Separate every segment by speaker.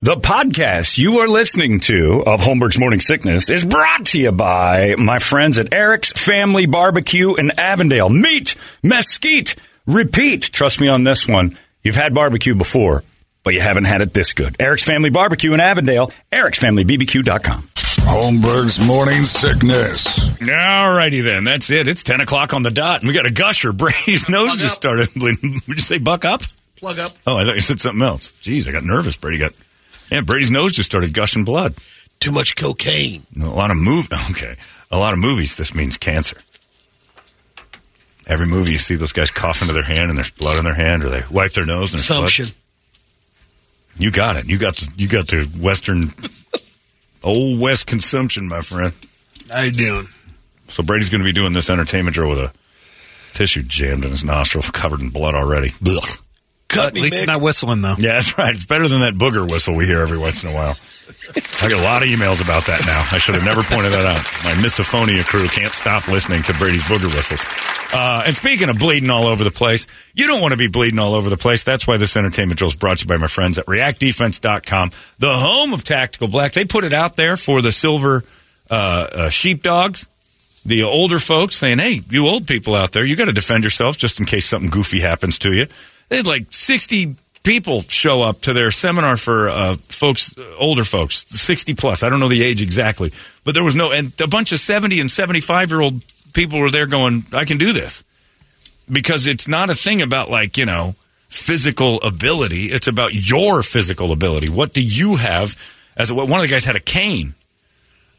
Speaker 1: The podcast you are listening to of Holmberg's Morning Sickness is brought to you by my friends at Eric's Family Barbecue in Avondale. Meat, mesquite, repeat. Trust me on this one. You've had barbecue before, but you haven't had it this good. Eric's Family Barbecue in Avondale, ericsfamilybbq.com.
Speaker 2: Holmberg's morning sickness.
Speaker 1: All righty then. That's it. It's 10 o'clock on the dot, and we got a gusher. Brady's nose just started bleeding. Would you say buck up?
Speaker 3: plug up.
Speaker 1: Oh, I thought you said something else. Jeez, I got nervous. Brady got. Yeah, Brady's nose just started gushing blood.
Speaker 3: Too much cocaine.
Speaker 1: A lot of move. Okay, a lot of movies. This means cancer. Every movie you see those guys cough into their hand and there's blood on their hand, or they wipe their nose and there's blood.
Speaker 3: Assumption.
Speaker 1: You got it. You got the, you got the Western, old West consumption, my friend.
Speaker 3: How you doing?
Speaker 1: So Brady's going to be doing this entertainment drill with a tissue jammed in his nostril, covered in blood already. Blech.
Speaker 3: Cut
Speaker 4: At
Speaker 3: me,
Speaker 4: least it's
Speaker 3: Mick.
Speaker 4: not whistling though.
Speaker 1: Yeah, that's right. It's better than that booger whistle we hear every once in a while. I get a lot of emails about that now. I should have never pointed that out. My misophonia crew can't stop listening to Brady's booger whistles. Uh, and speaking of bleeding all over the place, you don't want to be bleeding all over the place. That's why this entertainment drill is brought to you by my friends at reactdefense.com, the home of Tactical Black. They put it out there for the silver uh, uh, sheepdogs, the older folks saying, hey, you old people out there, you got to defend yourselves just in case something goofy happens to you. They had like 60 people show up to their seminar for uh, folks, older folks, 60 plus. I don't know the age exactly, but there was no, and a bunch of 70 and 75 year old people were there going, I can do this. Because it's not a thing about like, you know, physical ability. It's about your physical ability. What do you have? As one of the guys had a cane.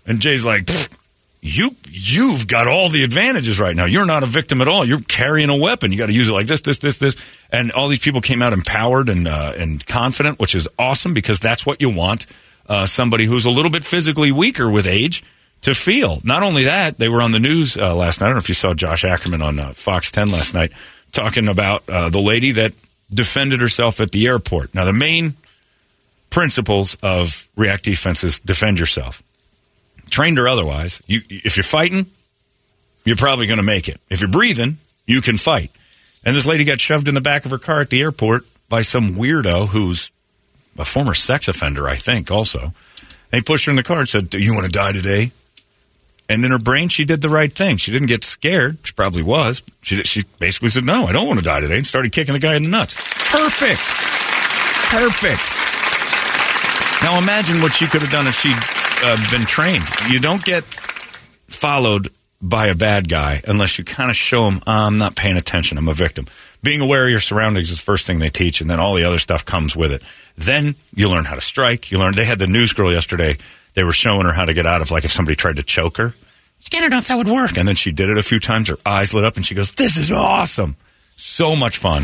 Speaker 1: And Jay's like, "Pfft, you you've got all the advantages right now. You're not a victim at all. You're carrying a weapon. You got to use it like this, this, this, this. And all these people came out empowered and uh, and confident, which is awesome because that's what you want. Uh, somebody who's a little bit physically weaker with age to feel. Not only that, they were on the news uh, last night. I don't know if you saw Josh Ackerman on uh, Fox 10 last night talking about uh, the lady that defended herself at the airport. Now, the main principles of react defense is defend yourself trained or otherwise, you if you're fighting, you're probably going to make it. If you're breathing, you can fight. And this lady got shoved in the back of her car at the airport by some weirdo who's a former sex offender, I think, also. And he pushed her in the car and said, Do you want to die today? And in her brain, she did the right thing. She didn't get scared. She probably was. She, she basically said, No, I don't want to die today, and started kicking the guy in the nuts. Perfect. Perfect. Now imagine what she could have done if she'd uh, been trained. You don't get followed by a bad guy unless you kind of show him, I'm not paying attention, I'm a victim. Being aware of your surroundings is the first thing they teach, and then all the other stuff comes with it. Then you learn how to strike. You learn. They had the news girl yesterday. They were showing her how to get out of like if somebody tried to choke her. Scared enough that would work. And then she did it a few times. Her eyes lit up, and she goes, "This is awesome! So much fun."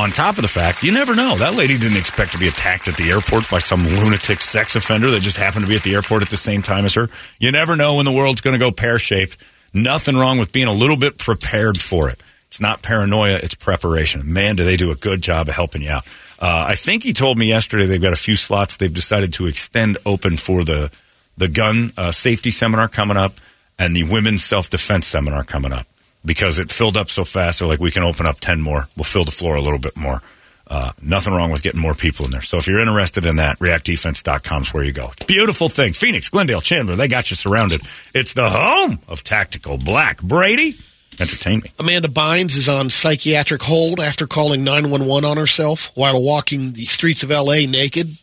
Speaker 1: On top of the fact, you never know. That lady didn't expect to be attacked at the airport by some lunatic sex offender that just happened to be at the airport at the same time as her. You never know when the world's going to go pear shaped. Nothing wrong with being a little bit prepared for it. It's not paranoia, it's preparation. Man, do they do a good job of helping you out. Uh, I think he told me yesterday they've got a few slots they've decided to extend open for the, the gun uh, safety seminar coming up and the women's self defense seminar coming up because it filled up so fast. They're like, we can open up 10 more. We'll fill the floor a little bit more. Uh, nothing wrong with getting more people in there. So if you're interested in that, reactdefense.com is where you go. Beautiful thing. Phoenix, Glendale, Chandler, they got you surrounded. It's the home of Tactical Black. Brady, entertain me.
Speaker 3: Amanda Bynes is on psychiatric hold after calling 911 on herself while walking the streets of L.A. naked.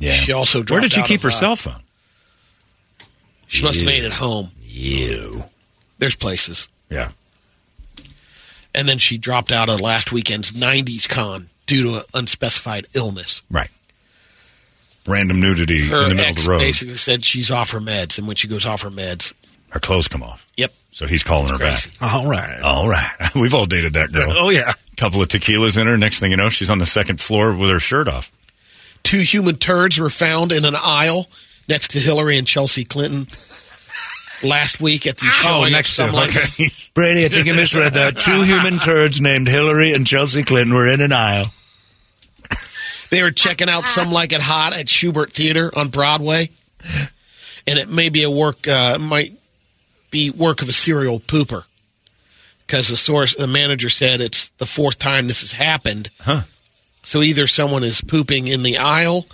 Speaker 1: Yeah.
Speaker 3: She also
Speaker 1: where did
Speaker 3: dropped
Speaker 1: she
Speaker 3: out
Speaker 1: keep
Speaker 3: of,
Speaker 1: her
Speaker 3: uh,
Speaker 1: cell phone?
Speaker 3: She must have made it home.
Speaker 1: You.
Speaker 3: There's places.
Speaker 1: Yeah.
Speaker 3: And then she dropped out of last weekend's 90s con due to an unspecified illness.
Speaker 1: Right. Random nudity
Speaker 3: Her
Speaker 1: in the middle
Speaker 3: ex
Speaker 1: of the road.
Speaker 3: basically said she's off her meds, and when she goes off her meds,
Speaker 1: Her clothes come off.
Speaker 3: yep,
Speaker 1: So he's calling her
Speaker 3: crazy.
Speaker 1: back.
Speaker 4: All right.
Speaker 1: All right. We've all dated that girl.
Speaker 4: Oh yeah.
Speaker 1: couple of tequilas in her. Next thing you know, she's on the second floor with her shirt off.
Speaker 3: Two human turds were found in an aisle next to Hillary and Chelsea Clinton last week at the showing of
Speaker 4: Oh, next to,
Speaker 3: Sunlight.
Speaker 4: Brady, I think you misread that. Two human turds named Hillary and Chelsea Clinton were in an aisle.
Speaker 3: They were checking out Some Like It Hot at Schubert Theater on Broadway, and it may be a work uh, might be work of a serial pooper because the source the manager said it's the fourth time this has happened. Huh. So either someone is pooping in the aisle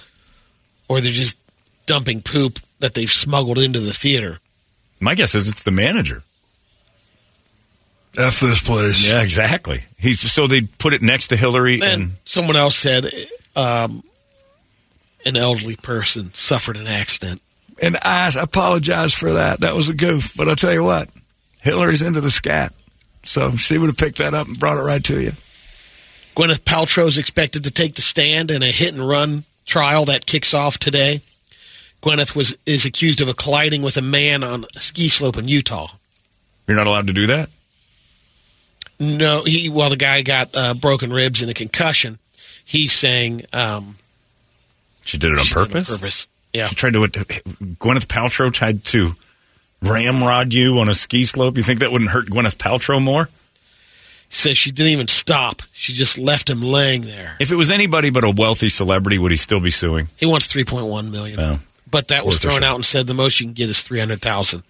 Speaker 3: or they're just dumping poop that they've smuggled into the theater.
Speaker 1: My guess is it's the manager.
Speaker 2: F this place.
Speaker 1: Yeah, exactly. He's so they put it next to Hillary and,
Speaker 3: And someone else said um, an elderly person suffered an accident.
Speaker 4: And I apologize for that. That was a goof. But I'll tell you what, Hillary's into the scat. So she would have picked that up and brought it right to you.
Speaker 5: Oh,
Speaker 3: Gwyneth Paltrow is expected to take the stand in a hit and run trial that kicks off today. Gwyneth was is accused of colliding with a man on a ski slope in Utah.
Speaker 1: you're not allowed to do that.
Speaker 3: No, he well the guy got uh, broken ribs and a concussion. He's saying um,
Speaker 1: She did it on
Speaker 3: she did it
Speaker 1: purpose.
Speaker 3: purpose. Yeah,
Speaker 1: She tried to. Gwyneth Paltrow tried to ramrod you on a ski slope. You think that wouldn't hurt Gwyneth Paltrow more?
Speaker 3: He says she didn't even stop. She just left him laying there.
Speaker 1: If it was anybody but a wealthy celebrity, would he still be suing?
Speaker 3: He wants three point one million,
Speaker 1: No.
Speaker 3: but that was
Speaker 1: Worth a
Speaker 3: thrown
Speaker 1: shot.
Speaker 3: out and said the most you can get is three hundred thousand.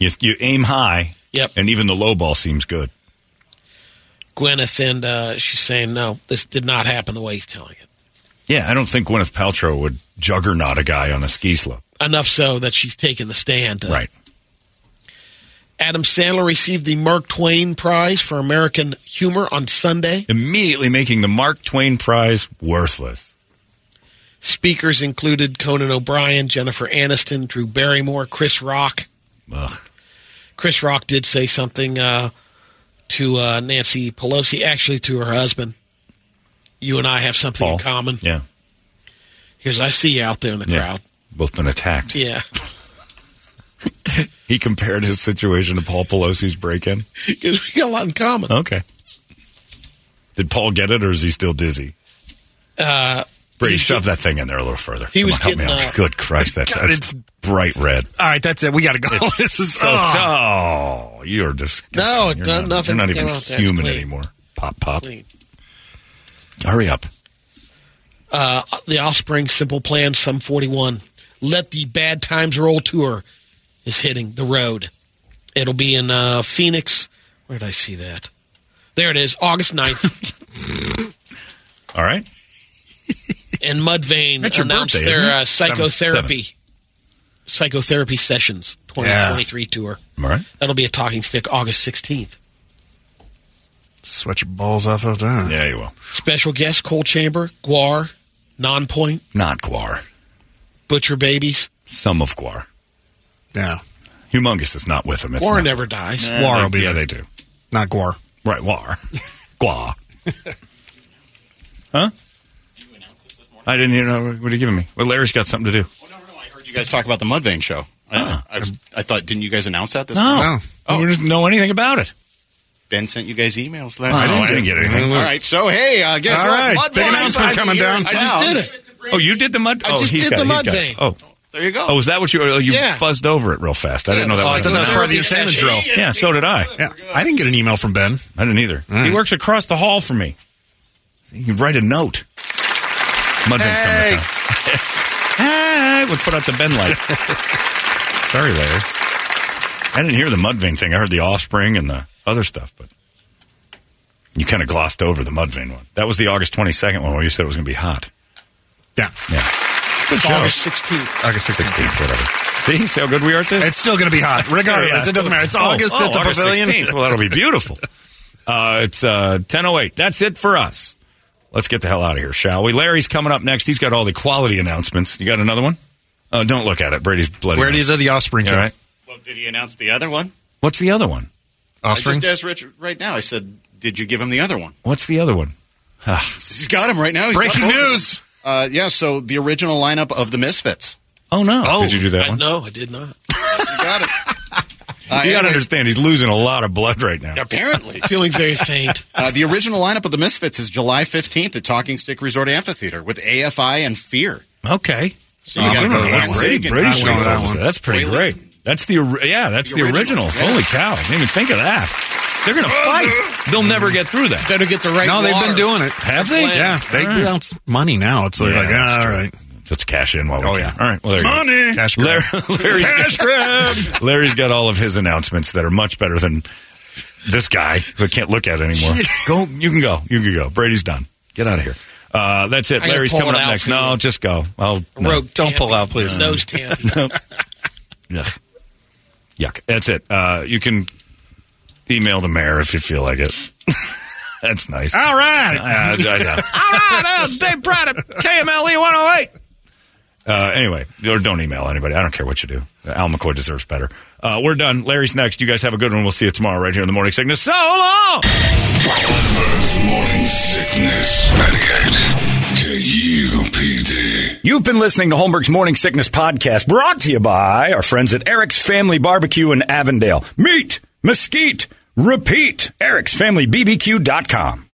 Speaker 1: You, you aim high,
Speaker 3: Yep.
Speaker 1: and even the low ball seems good.
Speaker 3: Gwyneth and uh, she's saying no, this did not happen the way he's telling it.
Speaker 1: Yeah, I don't think Gwyneth Paltrow would juggernaut a guy on a ski slope.
Speaker 3: Enough so that she's taking the stand. Uh,
Speaker 1: Right.
Speaker 3: Adam Sandler received the Mark Twain Prize for American Humor on Sunday.
Speaker 1: Immediately making the Mark Twain Prize worthless.
Speaker 3: Speakers included Conan O'Brien, Jennifer Aniston, Drew Barrymore, Chris Rock.
Speaker 1: Ugh.
Speaker 3: Chris Rock did say something uh, to uh, Nancy Pelosi, actually to her husband. You and I have something
Speaker 1: Paul.
Speaker 3: in common
Speaker 1: Yeah.
Speaker 3: because I see you out there in the
Speaker 1: Yeah.
Speaker 3: crowd.
Speaker 1: Both been attacked.
Speaker 3: Yeah,
Speaker 1: He compared his situation to Paul Pelosi's break in.
Speaker 3: because we got a lot in common.
Speaker 1: Okay. Did Paul get it, or is he still dizzy? Uh,
Speaker 3: he
Speaker 1: Brady,
Speaker 3: was
Speaker 1: shove that thing in there a little further.
Speaker 3: he
Speaker 1: Come
Speaker 3: was
Speaker 1: on, help me
Speaker 3: getting,
Speaker 1: out.
Speaker 3: uh,
Speaker 1: Good Christ, that's,
Speaker 4: God,
Speaker 1: that's
Speaker 4: it's-
Speaker 1: bright red.
Speaker 4: All right, that's it. We got to go. this is
Speaker 1: So,
Speaker 4: so. tough.
Speaker 1: oh, you're disgusting.
Speaker 3: No, it
Speaker 1: you're
Speaker 3: done-
Speaker 1: not,
Speaker 3: nothing
Speaker 1: You're not
Speaker 3: came
Speaker 1: even
Speaker 3: out there. It's
Speaker 1: human
Speaker 3: clean.
Speaker 1: anymore. Pop, pop.
Speaker 3: Clean.
Speaker 1: Hurry up.
Speaker 3: uh, The Offspring Simple Plan, Sum 41. Let the Bad Times Roll tour is hitting the road. It'll be in uh, Phoenix. Where did I see that? There it is, August 9th.
Speaker 1: All right.
Speaker 3: and Mudvayne
Speaker 1: That's your
Speaker 3: announced
Speaker 1: birthday, isn't
Speaker 3: their
Speaker 1: it?
Speaker 3: uh, psychotherapy psychotherapy sessions 2023 tour.
Speaker 1: All right.
Speaker 3: That'll be a Talking Stick August 16th.
Speaker 4: Sweat your balls off of that.
Speaker 1: Yeah, you will.
Speaker 3: Special guest Cole Chamber, Guar, Nonpoint,
Speaker 1: Not Guar.
Speaker 3: Butcher Babies.
Speaker 1: Some of Guar.
Speaker 6: Yeah.
Speaker 1: Humongous is not with him. It's
Speaker 3: Guar
Speaker 1: not-
Speaker 3: never dies.
Speaker 1: Eh,
Speaker 6: Guar
Speaker 1: they-
Speaker 6: will be
Speaker 1: Yeah,
Speaker 6: there.
Speaker 1: they do.
Speaker 6: Not Guar.
Speaker 1: Right, Guar. Guar. huh? I didn't even know what are you giving me. Well, Larry's got something to do.
Speaker 5: Oh, no, no, no. I heard you guys talk about the Mudvayne show.
Speaker 6: Ah.
Speaker 5: I, I, was, I thought, didn't you guys announce that this morning?
Speaker 1: No. Oh. We didn't know anything about it.
Speaker 5: Ben sent you guys emails last
Speaker 1: I
Speaker 5: night.
Speaker 1: didn't, get
Speaker 6: Mm-hmm.
Speaker 1: anything.
Speaker 5: All right, so hey, uh, guess
Speaker 6: All
Speaker 5: what?
Speaker 6: right, big
Speaker 5: Mudvayne's
Speaker 6: announcement
Speaker 5: right
Speaker 6: coming
Speaker 5: here
Speaker 6: down.
Speaker 5: in
Speaker 6: I
Speaker 3: just
Speaker 5: town.
Speaker 3: did it.
Speaker 1: Oh, you did the mud.
Speaker 3: I
Speaker 1: oh,
Speaker 3: just
Speaker 1: he's got
Speaker 3: did the
Speaker 1: it, he's
Speaker 3: mud
Speaker 1: got it.
Speaker 3: thing.
Speaker 1: Oh,
Speaker 5: There you go.
Speaker 1: oh, was that what you? were- You
Speaker 3: Yeah.
Speaker 1: buzzed over it real fast. I didn't know that
Speaker 3: Oh,
Speaker 1: was.
Speaker 3: I thought that was part of the Oh,
Speaker 6: entertainment
Speaker 3: session.
Speaker 6: drill.
Speaker 1: yeah, so did I.
Speaker 6: Yeah. I didn't get an email from Ben.
Speaker 1: I didn't either. He works across the hall from me. You can write a note. Mudman's coming to town. hey, would put out the Ben light. Sorry, Larry. I didn't hear the Mudvayne thing. I heard the Offspring and the other stuff, but you kind of glossed over the Mudvayne one. That was the August 22nd one where you said it was going to be hot.
Speaker 6: Yeah.
Speaker 1: Yeah. Good show.
Speaker 3: August 16th.
Speaker 6: August 16th.
Speaker 1: 16th, whatever. See, see how good we are at this?
Speaker 6: It's still going to be hot, regardless.
Speaker 1: Yeah.
Speaker 6: It doesn't matter. It's
Speaker 1: Oh,
Speaker 6: August
Speaker 1: oh,
Speaker 6: at the
Speaker 1: August
Speaker 6: pavilion.
Speaker 1: 16th. Well, that'll be beautiful. Uh, it's uh, 10.08. That's it for us. Let's get the hell out of here, shall we? Larry's coming up next. He's got all the quality announcements. You got another one? Oh, don't look at it. Brady's bloody.
Speaker 6: Where
Speaker 1: nose.
Speaker 6: did the offspring
Speaker 1: You
Speaker 6: come?
Speaker 1: all right?
Speaker 5: Well, did he announce the other one?
Speaker 1: What's the other one?
Speaker 5: I
Speaker 6: Offspring.
Speaker 5: just asked Richard right now. I said, did you give him the other one?
Speaker 1: What's the other one?
Speaker 5: He says, He's got him right now. He's got
Speaker 6: Breaking
Speaker 5: both of them.
Speaker 6: news.
Speaker 5: Uh, yeah, so the original lineup of the Misfits.
Speaker 1: Oh, no. did you do that
Speaker 3: I,
Speaker 1: one?
Speaker 3: no, I did not.
Speaker 5: You got it. Uh,
Speaker 1: You got to
Speaker 5: anyways,
Speaker 1: understand, he's losing a lot of blood right now.
Speaker 5: Apparently.
Speaker 3: Feeling very faint.
Speaker 5: Uh, the original lineup of the Misfits is July 15th at Talking Stick Resort Amphitheater with AFI and Fear.
Speaker 1: Okay.
Speaker 5: So you
Speaker 1: Oh,
Speaker 5: got
Speaker 1: I don't know
Speaker 5: Danzig
Speaker 1: that one. Brady,
Speaker 5: and-
Speaker 1: Brady
Speaker 5: I
Speaker 1: should
Speaker 6: went on
Speaker 1: have
Speaker 6: that
Speaker 1: told us
Speaker 6: one.
Speaker 1: that. That's pretty
Speaker 5: Really?
Speaker 1: great. That's the or- yeah. That's the,
Speaker 5: The original,
Speaker 1: originals.
Speaker 5: yeah.
Speaker 1: Holy cow! Didn't even think of that. They're gonna fight. They'll never get through that.
Speaker 3: Better get the right
Speaker 6: No, they've
Speaker 3: water.
Speaker 6: been doing it.
Speaker 1: Have they?
Speaker 6: Yeah. They
Speaker 1: All right.
Speaker 6: bounce money now. It's like,
Speaker 1: Yeah,
Speaker 6: like,
Speaker 1: that's
Speaker 6: all
Speaker 1: true.
Speaker 6: right.
Speaker 1: Let's cash in while we
Speaker 6: Oh,
Speaker 1: can.
Speaker 6: yeah.
Speaker 1: All right. Well, there you go.
Speaker 6: Money. Cash grab.
Speaker 1: Larry, Larry's, Cash grab. Larry's got all of his announcements that are much better than this guy who can't look at it anymore. go. You can go. You can go. Brady's done. Get out of here. Uh, that's it.
Speaker 3: I gotta
Speaker 1: Larry's
Speaker 3: pull
Speaker 1: coming
Speaker 3: it
Speaker 1: up
Speaker 3: out
Speaker 1: next.
Speaker 3: for you.
Speaker 1: No, just go. Oh, no.
Speaker 3: Rogue
Speaker 6: Don't
Speaker 3: tamping.
Speaker 6: pull out, please.
Speaker 3: Nose tamping.
Speaker 1: Yuck. Yuck. That's it. Uh, you can email the mayor if you feel like it. That's nice. All right. All right. uh, Now stay proud of KMLE 108. Uh, anyway, or don't email anybody. I don't care what you do. Al McCoy deserves better. Uh, we're done. Larry's next. You guys have a good one. We'll see you tomorrow right here in the morning sickness. So long.
Speaker 2: Holmberg's morning sickness. Medicaid. K-U-P-D.
Speaker 1: You've been listening to Holmberg's Morning Sickness Podcast, brought to you by our friends at Eric's Family Barbecue in Avondale. Meet, mesquite, repeat. Eric'sFamilyBBQ.com.